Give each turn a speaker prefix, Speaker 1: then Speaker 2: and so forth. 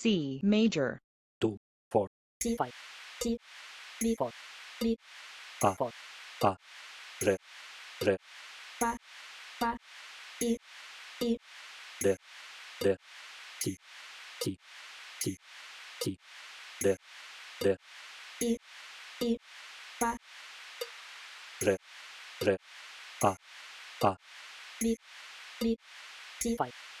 Speaker 1: C major,
Speaker 2: C five, C three four, three
Speaker 3: Pa.
Speaker 2: four,
Speaker 3: Pa. Re. Re.
Speaker 2: pa, pa, i, i,
Speaker 3: Re. Re. Ti. Ti. Ti. Ti. Re. Re.
Speaker 2: i, i, pa,
Speaker 3: Re. Re. Pa. Pa.
Speaker 2: three, three, C five,